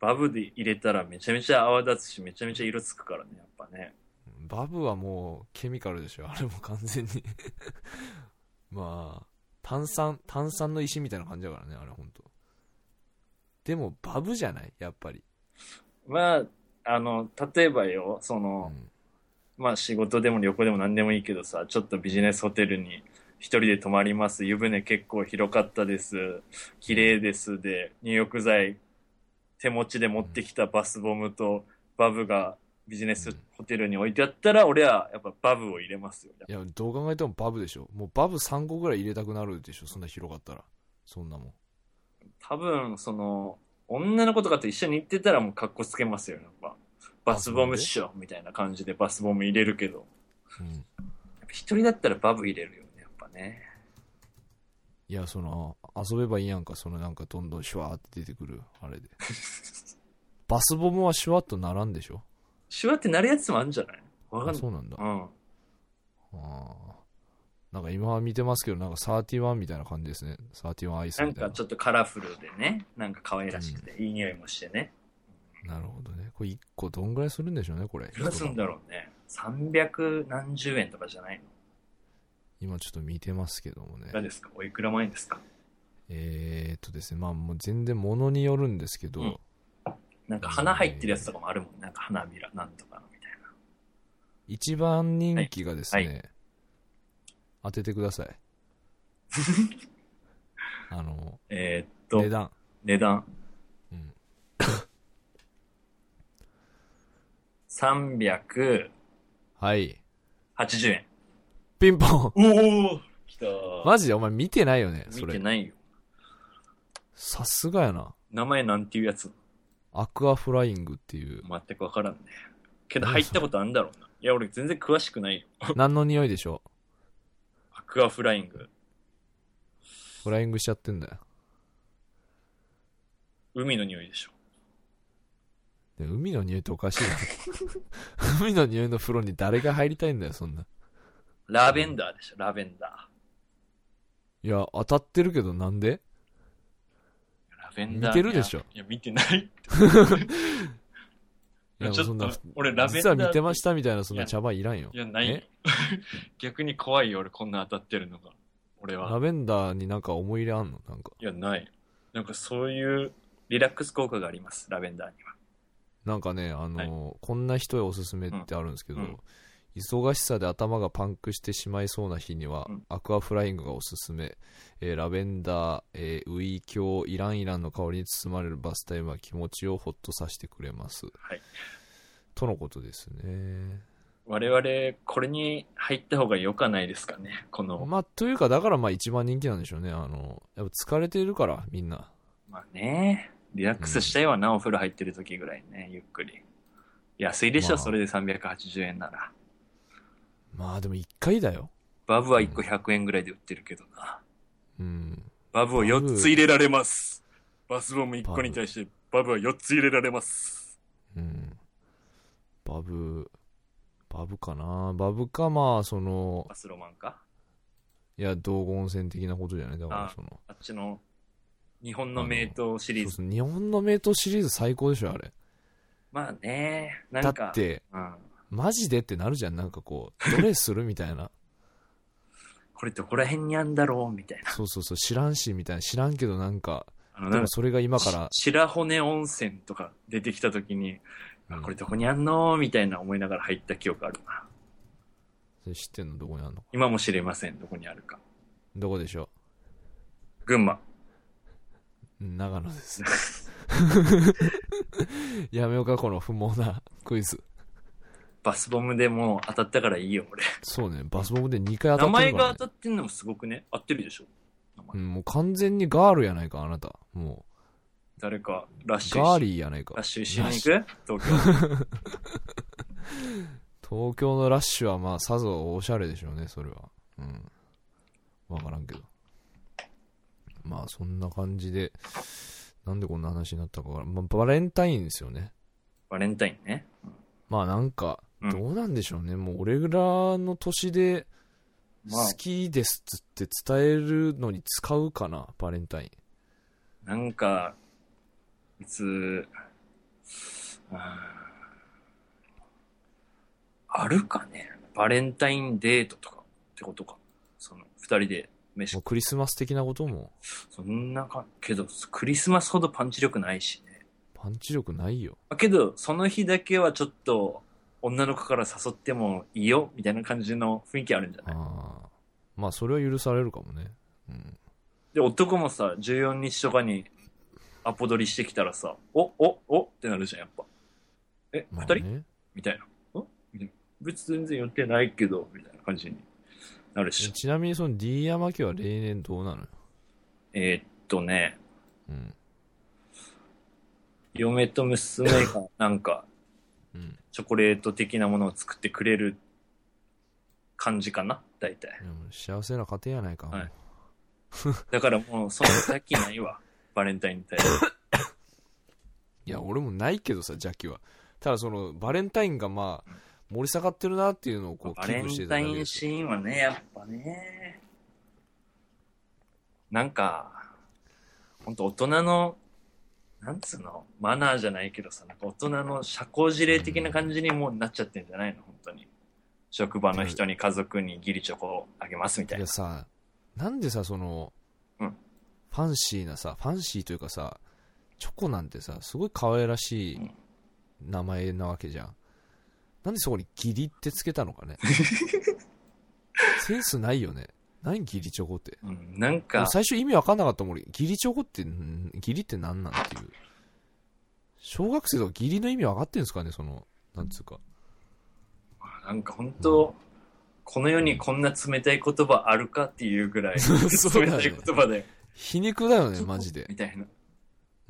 バブで入れたらめちゃめちゃ泡立つし、めちゃめちゃ色つくからね、やっぱね。
バブはもうケミカルでしょあれも完全に まあ炭酸炭酸の石みたいな感じだからねあれ本当でもバブじゃないやっぱり、
まあ、あの、例えばよ、その、
うん
まあ仕事でも旅行でも何でもいいけどさ、ちょっとビジネスホテルに一人で泊まります。湯船結構広かったです。綺麗です。で、入浴剤手持ちで持ってきたバスボムとバブがビジネスホテルに置いてあったら、俺はやっぱバブを入れますよ。
いや、どう考えてもバブでしょ。もうバブ3個ぐらい入れたくなるでしょ、そんな広かったら。そんなもん。
多分、その、女の子とかと一緒に行ってたらもう格好つけますよ、やっぱ。バスボムっしょ、みたいな感じでバスボム入れるけど。
うん。
やっぱ一人だったらバブ入れるよね、やっぱね。
いや、その、あ遊べばいいやんか、そのなんかどんどんシュワーって出てくる、あれで。バスボムはシュワっとならんでしょ
シワってなるやつもあるんじゃないわか
あ
んない
そ。うなんだ。あ
うん。
あ。なんか今は見てますけど、なんか31みたいな感じですね。31アイス
な
み
ん
たいな。
かちょっとカラフルでね、なんか可愛らしくて、いい匂いもしてね。
なるほどね。これ1個どんぐらいするんでしょうね、これ。
いくらすんだろうね。300何十円とかじゃないの
今ちょっと見てますけどもね
いく。らですかおいくら前ですか
えー、っとですね、まあもう全然物によるんですけど、
うんなんか花入ってるやつとかもあるもん。なんか花びらなんとかのみたいな。
一番人気がですね、当
は
ててくださ いあの
えー
値
っと、
段
値段。
うん
380
はい
円。
ピンポン
おおきた
マジでお前見てないよねそ
見て
れ
ないよ。
さすがやな
名前なんていうやつ
アクアフライングっていう
全くわからんね。けど入ったことあるんだろうな。いや、俺全然詳しくないよ。
何の匂いでしょ
アクアフライング。
うフライングしちゃってんだよ
海の匂いでしょ。
で海の匂いっておか しいな海の匂いの風呂に誰が入りたいんだよそんな
ラベンダーでしょ、ラベンダー。
いや当たってるけどなんで
ラベンダー。
見てるでしょ
いや、いや見てない。
い
やちょっと
そんな
俺ラベン
実
ダー
は見てましたみたいな、そんな茶番いらんよ。
いや、ないよ
え。
逆に怖いよ、俺、こんな当たってるのが。俺
ラ
は。
ベンダーになんか思い入れあんのなんか、
いや、ない。なんかそういうリラックス効果があります、ラベンダーには。
なんかね、あのーこんな人へおすすめってあるんですけど、
うんうん
忙しさで頭がパンクしてしまいそうな日には、
うん
アクアフライングがおすすめ、えーラベンダー、えーウイキョウ、イランイランの香りに包まれるバスタイムは気持ちをほっとさせてくれます。
はい
とのことですね。
我々、これに入った方が良かないですかね、この。
まあ、というか、だからまあ一番人気なんでしょうね。あの、やっぱ疲れてるから、みんな。
まあね、リラックスしたいわな、お風呂入ってる時ぐらいね、ゆっくり。安いでし
ま
ょ、
あ
それで380円なら。
まあでも一回だよ。
バブは1個100円ぐらいで売ってるけどな。
うん。
バブを
バブ
4つ入れられます。バスボム1個に対して、バブは4つ入れられます。
うん。バブ、バブかな。バブか、まあ、その、
バスロマンか
いや、道後温泉的なことじゃない。だか
あ
ら、その、
あっちの日本の名刀シリ
そう
ーズ。
そう日本の名刀シリーズ最高でしょ、あれ。
まあね、な
だ
んか。
っ、て、
うん、
マジでってなるじゃん。なんかこう、どれするみたいな。
これどこら辺にあんだろうみたいな。
そうそうそう、知らんし、みたいな。知らんけど、なんか、
あの、
で
なん
も
か
それが今から、
し白骨温泉とか出てきた時に、あ
うん
これどこにあんのみたいな思いながら入った記憶あるな。
それ知ってんのどこにあんの
今も知れません、どこにあるか。
どこでしょ
群馬。
ううん長野です。 やめようか、この不毛なクイズ。
バスボムでもう当たったからいいよ、俺。
そうね、バスボムで2回当たっ
名
て
前
るから、ね。
が当たってんのもすごくね。合ってるでしょ。名前
うん、もう完全にガールやないか、あなた。も
誰か、ラッ
う、
シュ
ガー
ー。
リーやないか。
ラッシュ一緒
ラッ
に
シュ
行く東京。
東京のラッシュはまあ、さぞおしゃれでしょうね、それは。うん。わからんけど。まあ、そんな感じで、なんでこんな話になったかわからん、まあ、バレンタインですよね。
バレンタインね。
まあ、なんか、
うん
どうなんでしょうね。もう、俺らの年で、
まあ
好、きですっつって伝えるのに使うかな、バレンタイン。
なんか、いつ、あーあるかねバレンタインデートとかってことか。その、二人で飯
もう、、クリスマス的なことも、
そんなか、けど、クリスマスほどパンチ力ないしね。
パンチ力ないよ。
まあけど、その日だけはちょっと、女の子から誘ってもいいよ、みたいな感じの雰囲気あるんじゃない
ああ。まあ、それは許されるかもね。うん。
で、男もさ、14日とかにアポ取りしてきたらさ、お、お、おってなるじゃん、やっぱ。え、二
まあ
人
ね、
みたいな。んみたいな別に全然予定ないけど、みたいな感じになるっしょ。
ちなみにその D 山家は例年どうなのよ、
えーっとね、
うん
嫁と娘 がなんか
うん、
チョコレート的なものを作ってくれる感じかな、大体。
でも幸せな家庭やないか、
はいだからもう、その先ないわ。バレンタインに対して。
いや俺もないけどさ邪気はただそのバレンタインがまあ盛り下がってるなっていうのをこう
バ
危
レ
惧して
ン
ただ
タイ
け
ン
です
シーンはね、やっぱね。なんか、ほんと大人の、なんつうの、マナーじゃないけどさ、なんか大人の社交辞令的な感じにもうなっちゃってんじゃないの、本当に。職場の人に家族にギリチョコをあげますみたい
い
な
や。さなんでさその、
うん
ファンシーなさファンシーというかさチョコなんてさすごい可愛らしい名前なわけじゃんなんでそこにギリってつけたの かねセンスないよね何ギリチョコって
うん、なん
でも
か、
最初意味わかんなかったもん俺義理チョコってん義理って何なんっていう小学生とか義理の意味分かってんですかねそのなんつうか
なんか本当、この世にこんな冷たい言葉あるかっていうぐら い、
そう
冷
だ
た
ね
い言葉で、
皮肉だよねマジで
みたいな。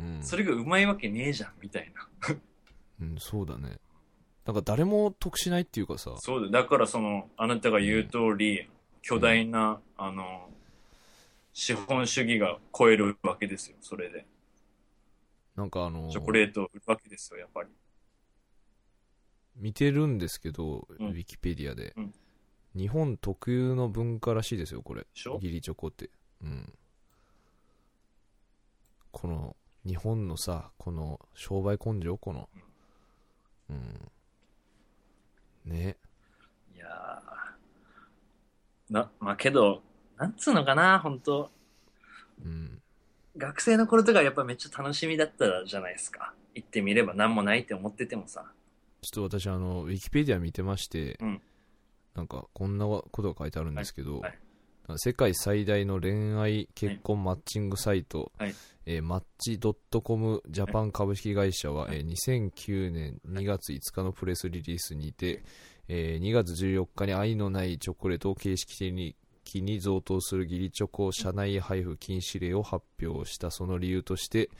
うん、
それがうまいわけねえじゃん、みたいな。
うん、そうだねなんか誰も得しないっていうかさ
そうだ、だからその、あなたが言う通り、巨大な、あの、資本主義が超えるわけですよ、それで。
なんかあの
チョコレートを売るわけですよ、やっぱり。
見てるんですけど、
うん
ウィキペディアで、
うん
日本特有の文化らしいですよこれ
でしょ
義理チョコってうんこの日本のさこの商売根性このうん。ね。
いやーな、まあけど、なんつうのかな、本当
うん。
学生の頃とかやっぱめっちゃ楽しみだったじゃないですか。行ってみれば何もないって思っててもさ。
ちょっと私、あの、ウィキペディア見てまして、
うん
なんか、こんなことが書いてあるんですけど、
はいはい
なんか世界最大の恋愛結婚マッチングサイト、
はい
えーマッチ .com ジャパン株式会社は、えー2009年2月5日のプレスリリースにて、えー2月14日に愛のないチョコレートを形式的に機に贈答する義理チョコ社内配布禁止令を発表したその理由として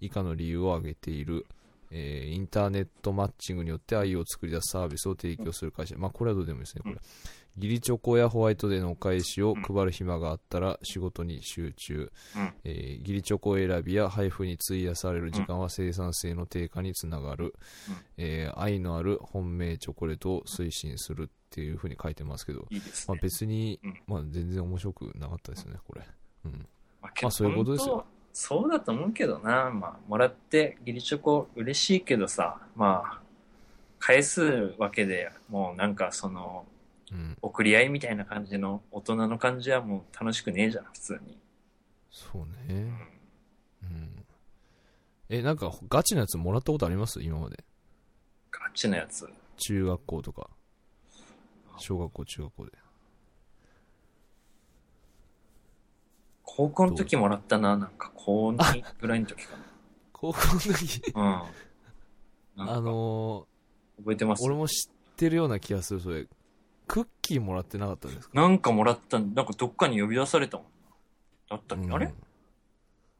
以下の理由を挙げている、えーインターネットマッチングによって愛を作り出すサービスを提供する会社、まあ、これはどうでもいいですねこれ義理チョコやホワイトデーのお返しを配る暇があったら仕事に集中、
うん
えー義理チョコ選びや配布に費やされる時間は生産性の低下につながる、えー愛のある本命チョコレートを推進するっていうふうに書いてますけど、
いいです
まあ、
ね。
別に
うん、
まあ、全然面白くなかったですね、これ。うん。
まあけど
まあそういうことですよ
本当そうだと思うけどな。まあ、もらって義理チョコ嬉しいけどさ、まあ、返すわけでもうなんかその、
うん。
送り合いみたいな感じの大人の感じはもう楽しくねえじゃん、普通に。
そう
う
ね。
ん
うん。え、なんか、ガチなやつもらったことあります今まで。
ガチなやつ。
中学校とか。小学校、中学校で。
高校の時もらったな、なんか高2ぐらいの時か
高校の時、
な。うん。な
あ
んか
の
覚えてま
ー
す
俺も知ってるような気がする、それ。クッキーもらってなかったんですか
なんかもらったんなんかどっかに呼び出されたもんな。だったっけ、
うん
あれ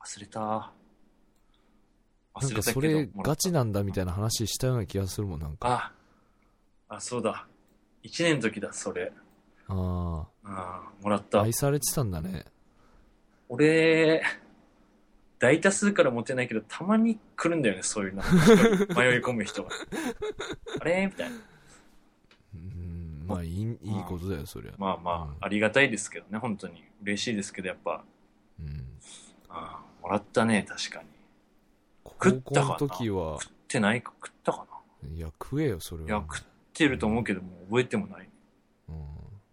忘れた。
なん
忘れ
か
た
そ
けど。
れ
もら
ガ
った
チなんだみたいな話したような気がするもん、なんか。
あ、あ、そうだ。1年の時だ、それ。
あ
うん、もら
あ。
った
愛。されてたんだね。
俺、大多数からモテないけど、たまに来るんだよね、そういうの。迷い込む人が。あれみたいな。
うん、まあいい、いいことだよ、そりゃ。
まあま
うん
あ、ありがたいですけどね、本当に。嬉しいですけど、やっぱ、
うん。
ああもらったね、確かに。
高
食った
校
か
の
な
時は、
食ってないか、食ったかな。
いや、食えよ、それ
いや
は、。
食ってると思うけど、もう覚えてもない。
うん、
も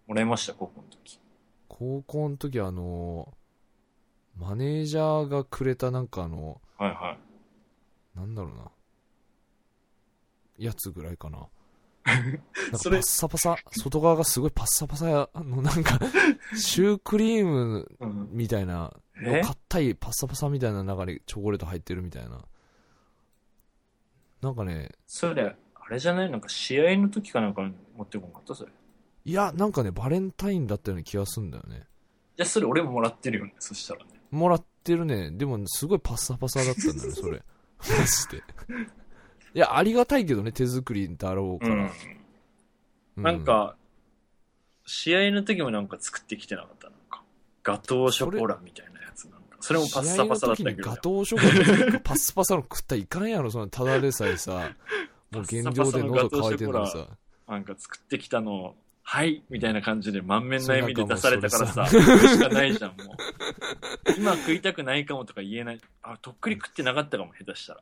らいました、高校の時。
高校の時はあのー、マネージャーがくれたなんかあの、
はいはい。
なんだろうな。やつぐらいか な。なんか
そ
パッ
れ
サパサ、外側がすごいパッサパサや、あのなん か、シュークリーム
うん、
みたいな、
え
硬いパッサパサみたいな中にチョコレート入ってるみたいな。なんかね、
それ、あれじゃないなんか試合の時かなんかに持ってこなかったそれ。
いや、なんかね、バレンタインだったような気がすんだよね。
じゃあそれ俺ももらってるよね、そしたらね。
もらってるね。でも、すごいパッサパサだった んだね、それ。マジで。いや、ありがたいけどね、手作りだろう
う
から。
ん。
う
なん、か、試合の時もなんか作ってきてなかった。なんか、ガトーショコラみたいなやつなんか。それもパッサパサだったけ
試合の時に
ど
ガ。トーショコラパッサパサの食ったらいかんやろ、そのただでさえ さ。もう原料で喉乾いてるのにさ。
なんか作ってきたのを、はいみたいな感じで満面の笑みで
そうなん
出
か
さ
もう
れたから
そ
さ、それしかないじゃん、もう。今食いたくないかもとか言えない。あ、とっくり食ってなかったかも、下手したら。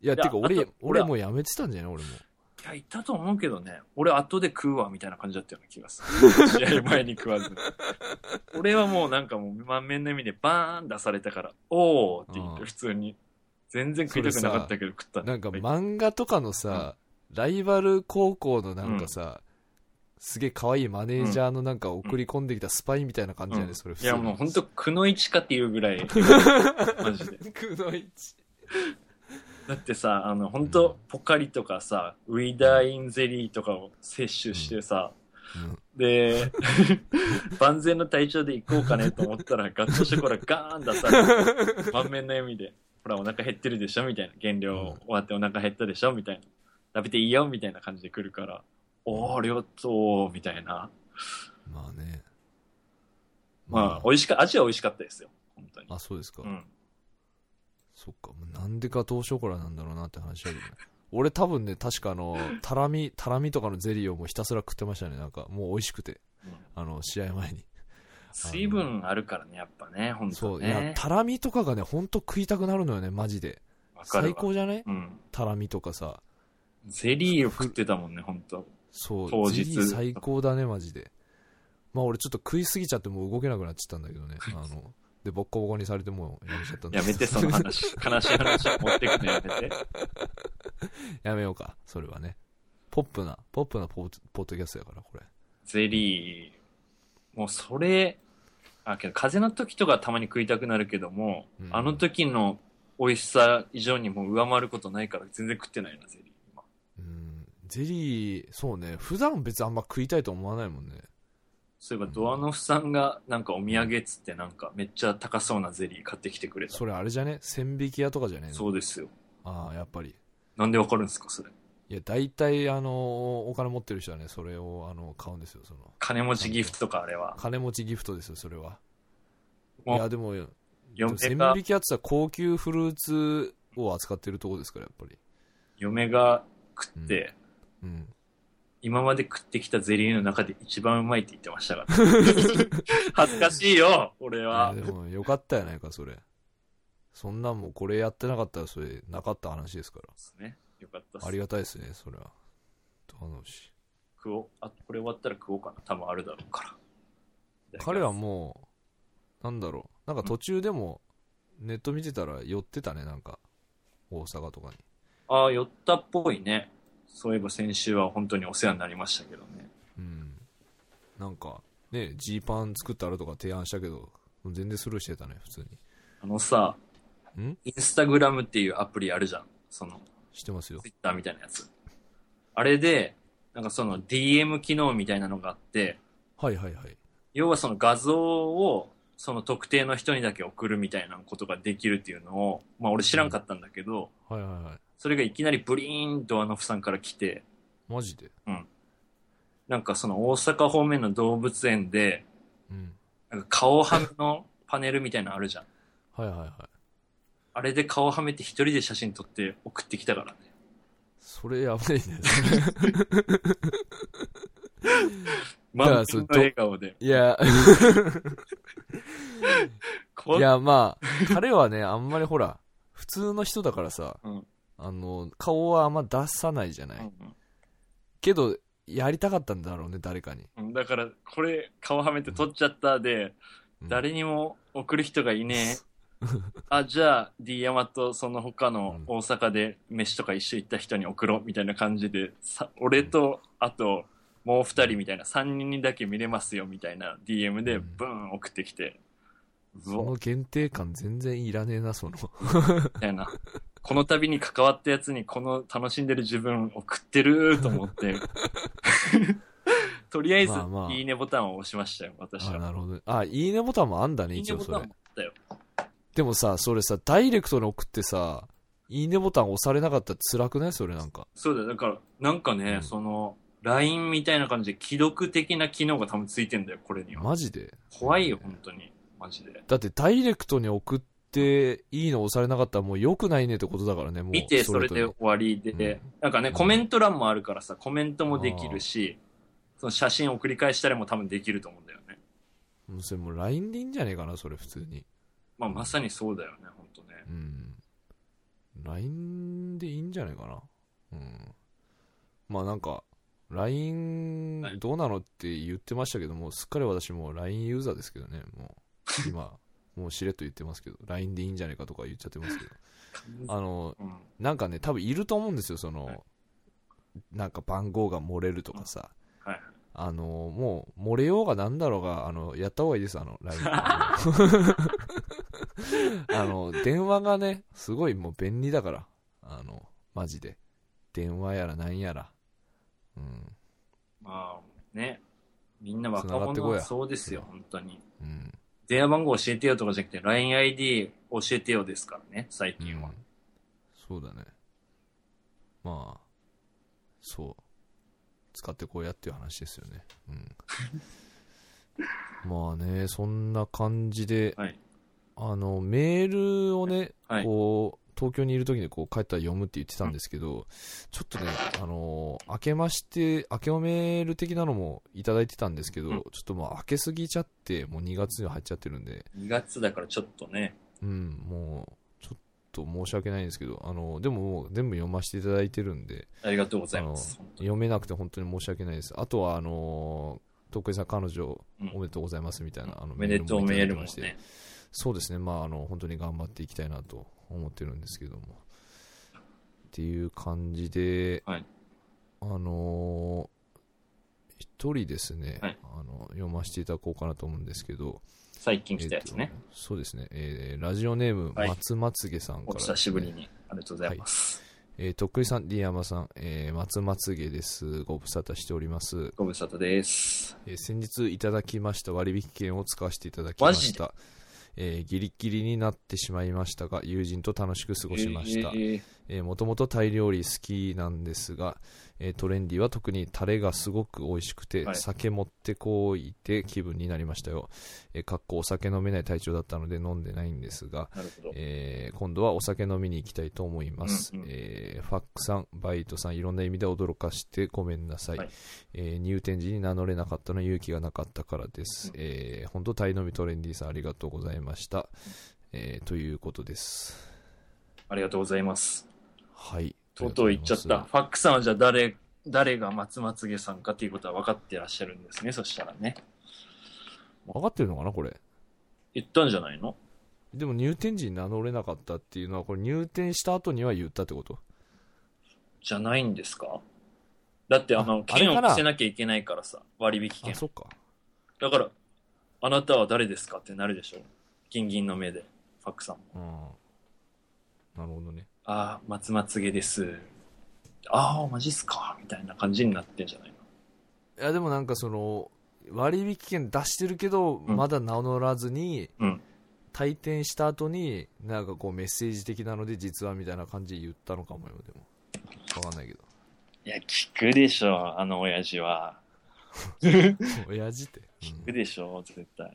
いや、
いや
てか
あ
俺
と、
俺
俺は
もうやめてたんじゃない俺も。
いや、いたと思うけどね。俺後で食うわ、みたいな感じだったような気がす る。試合前に食わずに。俺はもうなんかもう満面の笑みでバーン出されたから、おーって言っ
うん
て普通に。全然食いたくなかったけど食った
なんか
いっぱい
漫画とかのさ、ライバル高校のなんかさ、すげえ可愛いマネージャーのなんか送り込んできたスパイみたいな感じや
う
ね、
ん
それ普
い
通に。
やもうほんと、くのいちかっていうぐ らい。マジで。
くの いち。
だってさ、あの、ほん
うん
と、ポカリとかさ、ウィダーインゼリーとかを摂取してさ、
うん
で、 万全の体調で行こうかねと思ったら、ガッとしてこらガーン出さ れて、満面の笑みで、ほら、お腹減ってるでしょみたいな。減量終わってお腹減ったでしょみたいな。食べていいよみたいな感じで来るから、おー、ありがとうみたいな。
まあね。
まあ、美味しか、味は美味しかったですよ。本当に。
あ、そうですか。
うん。
そっか。もうなんでガトーショコラなんだろうなって話だけどね。俺多分ね、確かあの、タラミ、タラミとかのゼリーをもうひたすら食ってましたね。なんか、もう美味しくて。
うん
あの、試合前に。
水分あるからね、やっぱね、本
そ
当
う、いや
ね、。
タラミとかがね、ほんと食いたくなるのよね、マジで。
わかる
最
わ。
高じゃね
うん。
タラミとかさ。
ゼリーを食ってたもんね、本当
そう
当
ゼ
日
リー最高だねマジでまあ俺ちょっと食いすぎちゃってもう動けなくなっちゃったんだけ どねあのでボッコボコにされてもうやめちゃったんだ
や
けど
めて、その話。 悲しい話を持ってくのやめて。
やめようかそれはねポップなポップなポッポッドキャストやからこれ
ゼリー。もうそれ、あ、けど風邪の時とかたまに食いたくなるけども、
うん
あの時の美味しさ以上にもう上回ることないから全然食ってないな、ゼリー。今
うんゼリーそうね普段別にあんま食いたいと思わないもんね
そういえばドアノフさんがなんかお土産っつってなんかめっちゃ高そうなゼリー買ってきてくれた。
それあれじゃね千匹屋とかじゃね
そうですよ。
ああやっぱり
なんでわかるんですか、それ。
いや大体あのお金持ってる人はねそれをあの買うんですよその
金持ちギフトとかあれは。
金持ちギフトですよそれはい
もう
やでもでも
嫁
千
が、
匹屋ってさ高級フルーツを扱ってるとこですからやっぱり
嫁が食って、
うん
今まで食ってきたゼリーの中で一番うまいって言ってました から。恥ずかしいよ、俺
い
は
や。でもよかったやないかそれそんなんもうこれやってなかったらそれなかった話ですか
ですね。よかった
ら
っ
あ
す
り。がたいですねそれは楽し
食おう。あ、これ終わったら食おうかな。多分あるだろうから。いただきます
彼はもうなんだろうなんか途中でもネット見てたら寄ってたねなんか大阪とかに
ああ、寄ったっぽいね。そういえば先週は本当にお世話になりましたけどね。
うんなんかねジーパン作ったらとか提案したけど全然スルーしてたね普通に
あのさ、
ん
インスタグラムっていうアプリあるじゃん。その、
してますよ
ツイッターみたいなやつ。あれで、なんかその DM 機能みたいなのがあって、
はいはいはい
要はその画像をその特定の人にだけ送るみたいなことができるっていうのを、まあ俺知らんかったんだけど、
はいはいはい
それがいきなりブリーンドアノフさんから来て、
マジで
なんかその大阪方面の動物園で、
うん
なんか顔はめのパネルみたいなのあるじゃん。
はいはいはい
あれで顔はめて一人で写真撮って送ってきたからね。
それやばい ね
ま
だか
あ、
らそれ
の笑顔で。
いや
こ
いや、まあ、彼はね、あんまりほら、普通の人だからさ、
うん
あの、顔はあんま出さないじゃない。
うん
けど、やりたかったんだろうね、誰かに。
うんだから、これ、顔はめて撮っちゃったで、
うん
誰にも送る人がいね え。あ、じゃあ、D 山とその他の
う
大阪で飯とか一緒行った人に送ろうみたいな感じで、さ俺と、あと、もう二人みたいな、三人にだけ見れますよみたいな DM で、
うん
ブーン送ってきて、う
その
お
限定感全然いらねえな、 その。
みたいな。この旅に関わったやつに、この楽しんでる自分送ってると 思って。 とりあえず
まあま、あ
いいねボタンを押しましたよ、私
あ、
は。
なるほど。あ、いいねボタンもあんだね、
いい
一
ね
応
ボ
そ
タン
れ
も。あったよ。
でもさ、それさ、ダイレクトに送ってさ、いいねボタン押されなかったら辛くないそれなんか。
そうだよ、だから、なんかね、
うん
その、LINE みたいな感じで既読的な機能が多分ついてんだよ、これには。
マジで。
怖いよ、本当に。マジで。
だって、ダイレクトに送って、いいの押されなかったらもう良くないねってことだからね、もう。
見て、それで
と
終わりで、
うん
なんかね、
うん
コメント欄もあるからさ、コメントもできるし、その写真を繰り返したりも多分できると思うんだよね。
もうそれもう LINE でいいんじゃねえかな、それ普通に。
まあ、まさにそうだよね、本当ね。
うん。LINE でいいんじゃないかな。うん。まあなんか、
はい
LINE どうなのって言ってましたけども、すっかり私もう LINE ユーザーですけどね、もう。今、もうしれっと言ってますけど、LINE でいいんじゃないかとか言っちゃってますけど。あの、
うん。
なんかね、多分いると思うんですよ、そ
はい
の、なんか番号が漏れるとかさ。
はい。
あの、もう、漏れようがなんだろうが、あの、やった方がいいです、あの、LINE。あ の、電話がね、すごいもう便利だから、あの、マジで。電話やらなんやら。うん、
まあ、ね。みんな若
繋がって
者
こい
は
や
そうですよ、本当に。
うん、
電話番号教えてよとかじゃなくて、LINEID 教えてよですからね、最
う
近は。
ん。そうだね。まあ、そう。使ってこうやっていう話ですよね。 うん。まあね、そんな感じで、
はい。
あの、メールをね、
はい。
こう東京にいる時にこう帰ったら読むって言ってたんですけど、ちょっとね、あのー明けまして、明けおめール的なのもいただいてたんですけど、
うん
ちょっともう明けすぎちゃって、もう2月に入っちゃってるんで、
2月だからちょっとね、
うん、もう、ちょっと申し訳ないんですけど、あの、でももう全部読ませていただいてるんで、
ありがとうございます。本当に
読めなくて本当に申し訳ないです。あとは、あの、徳井さん彼女
うん
おめでとうございますみたいな、あの
おめでとうメ
いただ
ール
き
も
まして
ね。
そうですね、まあ、あの本当に頑張っていきたいなと思ってるんですけども。っていう感じで、
はい
あのー一人ですね、
はい
あの、読ませていただこうかなと思うんですけど、
最近来たやつね
え。っとそうですね、えーラジオネーム、
はい
松まつげさんから、
お久しぶり。に。ありがとうございます。
えー、とっくりさん、D 山さん、えー松まつげです。ご無沙汰しております。
ご無沙汰です。
えー先日いただきました割引券を使わせていただきました。えーギリギリになってしまいましたが、友人と楽しく過ごしました。
えー
えーもともとタイ料理好きなんですが、えートレンディは特にタレがすごく美味しくて、
はい
酒持ってこいて気分になりましたよ、えーかっこお酒飲めない体調だったので飲んでないんですが、
なるほど。
えー今度はお酒飲みに行きたいと思います、
うんうん
えーファックさんバイトさんいろんな意味で驚かしてごめんなさい、
はい
えー入店時に名乗れなかったのは勇気がなかったからです、
うん
えー、本当タイのみトレンディさんありがとうございました、えーということです
ありがとうございます。
はい
とうとう言っちゃっ
ありがとうござい
た。
ます
ファックさんはじゃあ誰、誰が松まつげさんかということは分かってらっしゃるんですね。そしたらね。
分かってるのかなこれ
言ったんじゃないの
でも入店時に名乗れなかったっていうのはこれ入店した後には言ったってこと
じゃないんですかだってあの、
ああれ
券
か
を
ら
着せなきゃいけないからさ、割引
あ
券。
そっか
だから、あなたは誰ですかってなるでしょ。ギンギンの目で、ファックさんも。
うんなるほどね
ああ、松まつげです。ああ、マジっすかみたいな感じになってんじゃないの
いやでもなんかその割引券出してるけど、
ん
まだ名乗らずに、
うん
退店した後になんかこうメッセージ的なので実はみたいな感じで言ったのかもよでも分かんないけど
いや、聞くでしょ、あの親父は。
親父って、うん
聞くでしょ、絶対。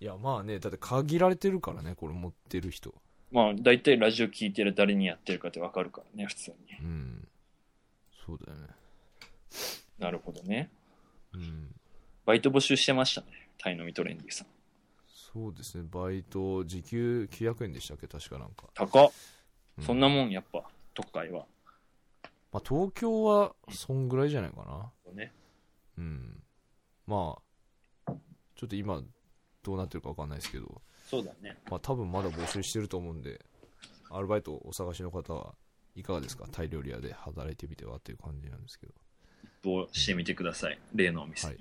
いやまあねだって限られてるからねこれ持ってる人
まあ、大体ラジオ聞いてる誰にやってるかってわかるからね、普通に。
うんそうだよね
なるほどね。
うん
バイト募集してましたね、タイのミトレンディさん。
そうですねバイト時給900円でしたっけ確かなんか、
高っ、
う
そんなもんやっぱ、都会は。
まあ、東京はそんぐらいじゃないかな
ね、
うん、まあ、ちょっと今、どうなってるか分かんないですけど、
そうだね。
まあ、多分まだ募集してると思うんで、アルバイトお探しの方はいかがですか、タイ料理屋で働いてみてはっていう感じなんですけど、
どうしてみてください、例のお店。
はい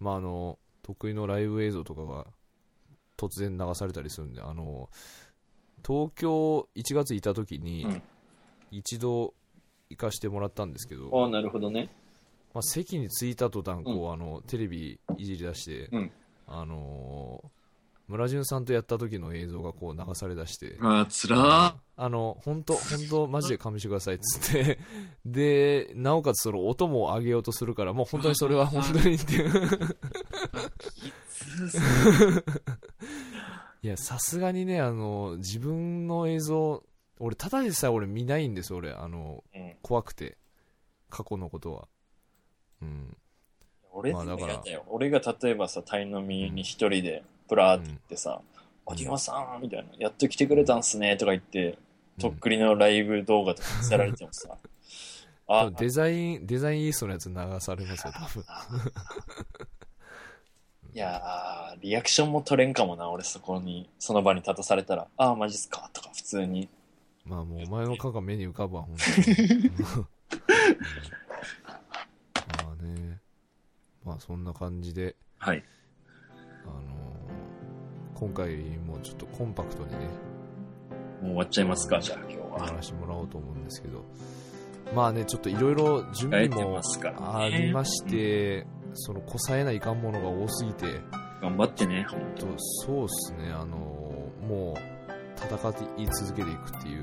まあ、あの得意のライブ映像とかが突然流されたりするんで、あの東京1月いた時に
うん、
一度行かしてもらったんですけど、
ああ、なるほどね。
まあ、席に着いた途端こう、あのテレビいじり出して、
うん
あのー村淳さんとやった時の映像がこう流され出して、
ああ、つ
あの本当本当マジで勘してくださいっつって でなおかつその音も上げようとするからもう本当にそれは本当にって いう
きつそ
いやさすがにねあの自分の映像俺ただでさえ俺見ないんです俺あの
ううん、
怖くて過去のことはうん、
俺
まあだから
嫌だよ俺が例えばさ、タイのミに一人で、プラーって言ってさ、
うん
おディオさんみたいな、やっと来てくれたんすねとか言って、とっ
うん
くりのライブ動画とか見せられてもさ、 あ、
デザインデザインイーストのやつ流されますよ多 分
いやー、リアクションも取れんかもな、俺そこに、その場に立たされたら、あー、マジっすかとか、普通に。
まあもうお前の顔が目に浮かぶわ、ほんと に。まあね、まあそんな感じで、
はい。
あのー今回もちょっとコンパクトにね、
もう終わっちゃいますか、じゃあ今日
や
は。
らしてもらおうと思うんですけど、まあね、ちょっといろいろ準
や
備
れて
も
ますから、ね。
ありまして、そのこさえないかんものが多すぎて、
頑張ってね、ほん
とそうっすね、あのーもう戦い続けていくっていう、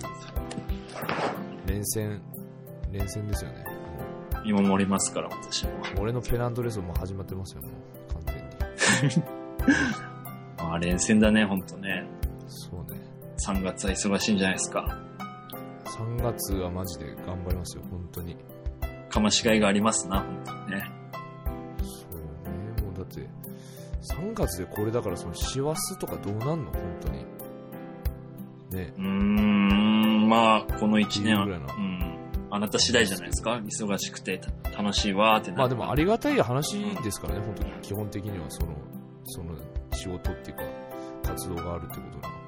連戦、連戦ですよね。もう
と見守りますから、私も。
俺のペナントレースもう始まってますよ、もう完全に。
あー、連戦だね、ほんとね。
そうね。
3月は忙しいんじゃないですか。
3月はマジで頑張りますよ、本当に。
かましがいがありますな、ほんとにね。
そうね、もうだって、3月でこれだから、その師走とかどうなんの、本当に。ね
うーん、まあ、この一年は、、
いういぐらいなん
あなた次第じゃないですか。忙しくてた楽しいわーってなる
まあでもありがたい話ですからね、本当に基本的にはその、その仕事っていうか、活動があるってことなの。うん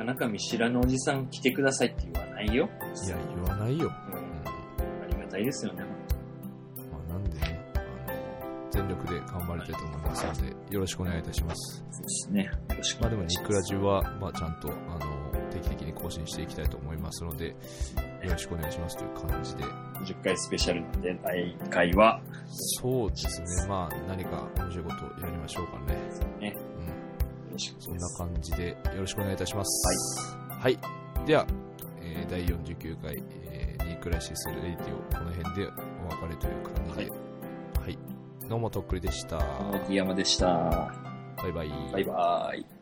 あなた見知らぬおじさん来てくださいって言わないよ。
いや、言わないよ。
う
うん
ん、
ま
ありがたいですよね。
あ、なんでね、あの、全力で頑張りたいと思いますので、よろしくお願いいたします。
そうですね。よろしく
ま
お
あでも、
願い
ニ
します。
クラジは、まあちゃんと、あの、定期的に更新していきたいと思いますので、よろしくお願いしますという感じで。
10回スペシャルなんで、第1回は、
そうですね、まあ何か面白いことやりましょうかね。
ね、よ
うん。
ろしく
そんな感じでよろしくお願いいたします。はい。では、えー第49回、えーニークライシスレディオ、この辺でお別れという感じで。はい。どうもとっくりでした。
杉山でした。
バイバイ。
バイバーイ。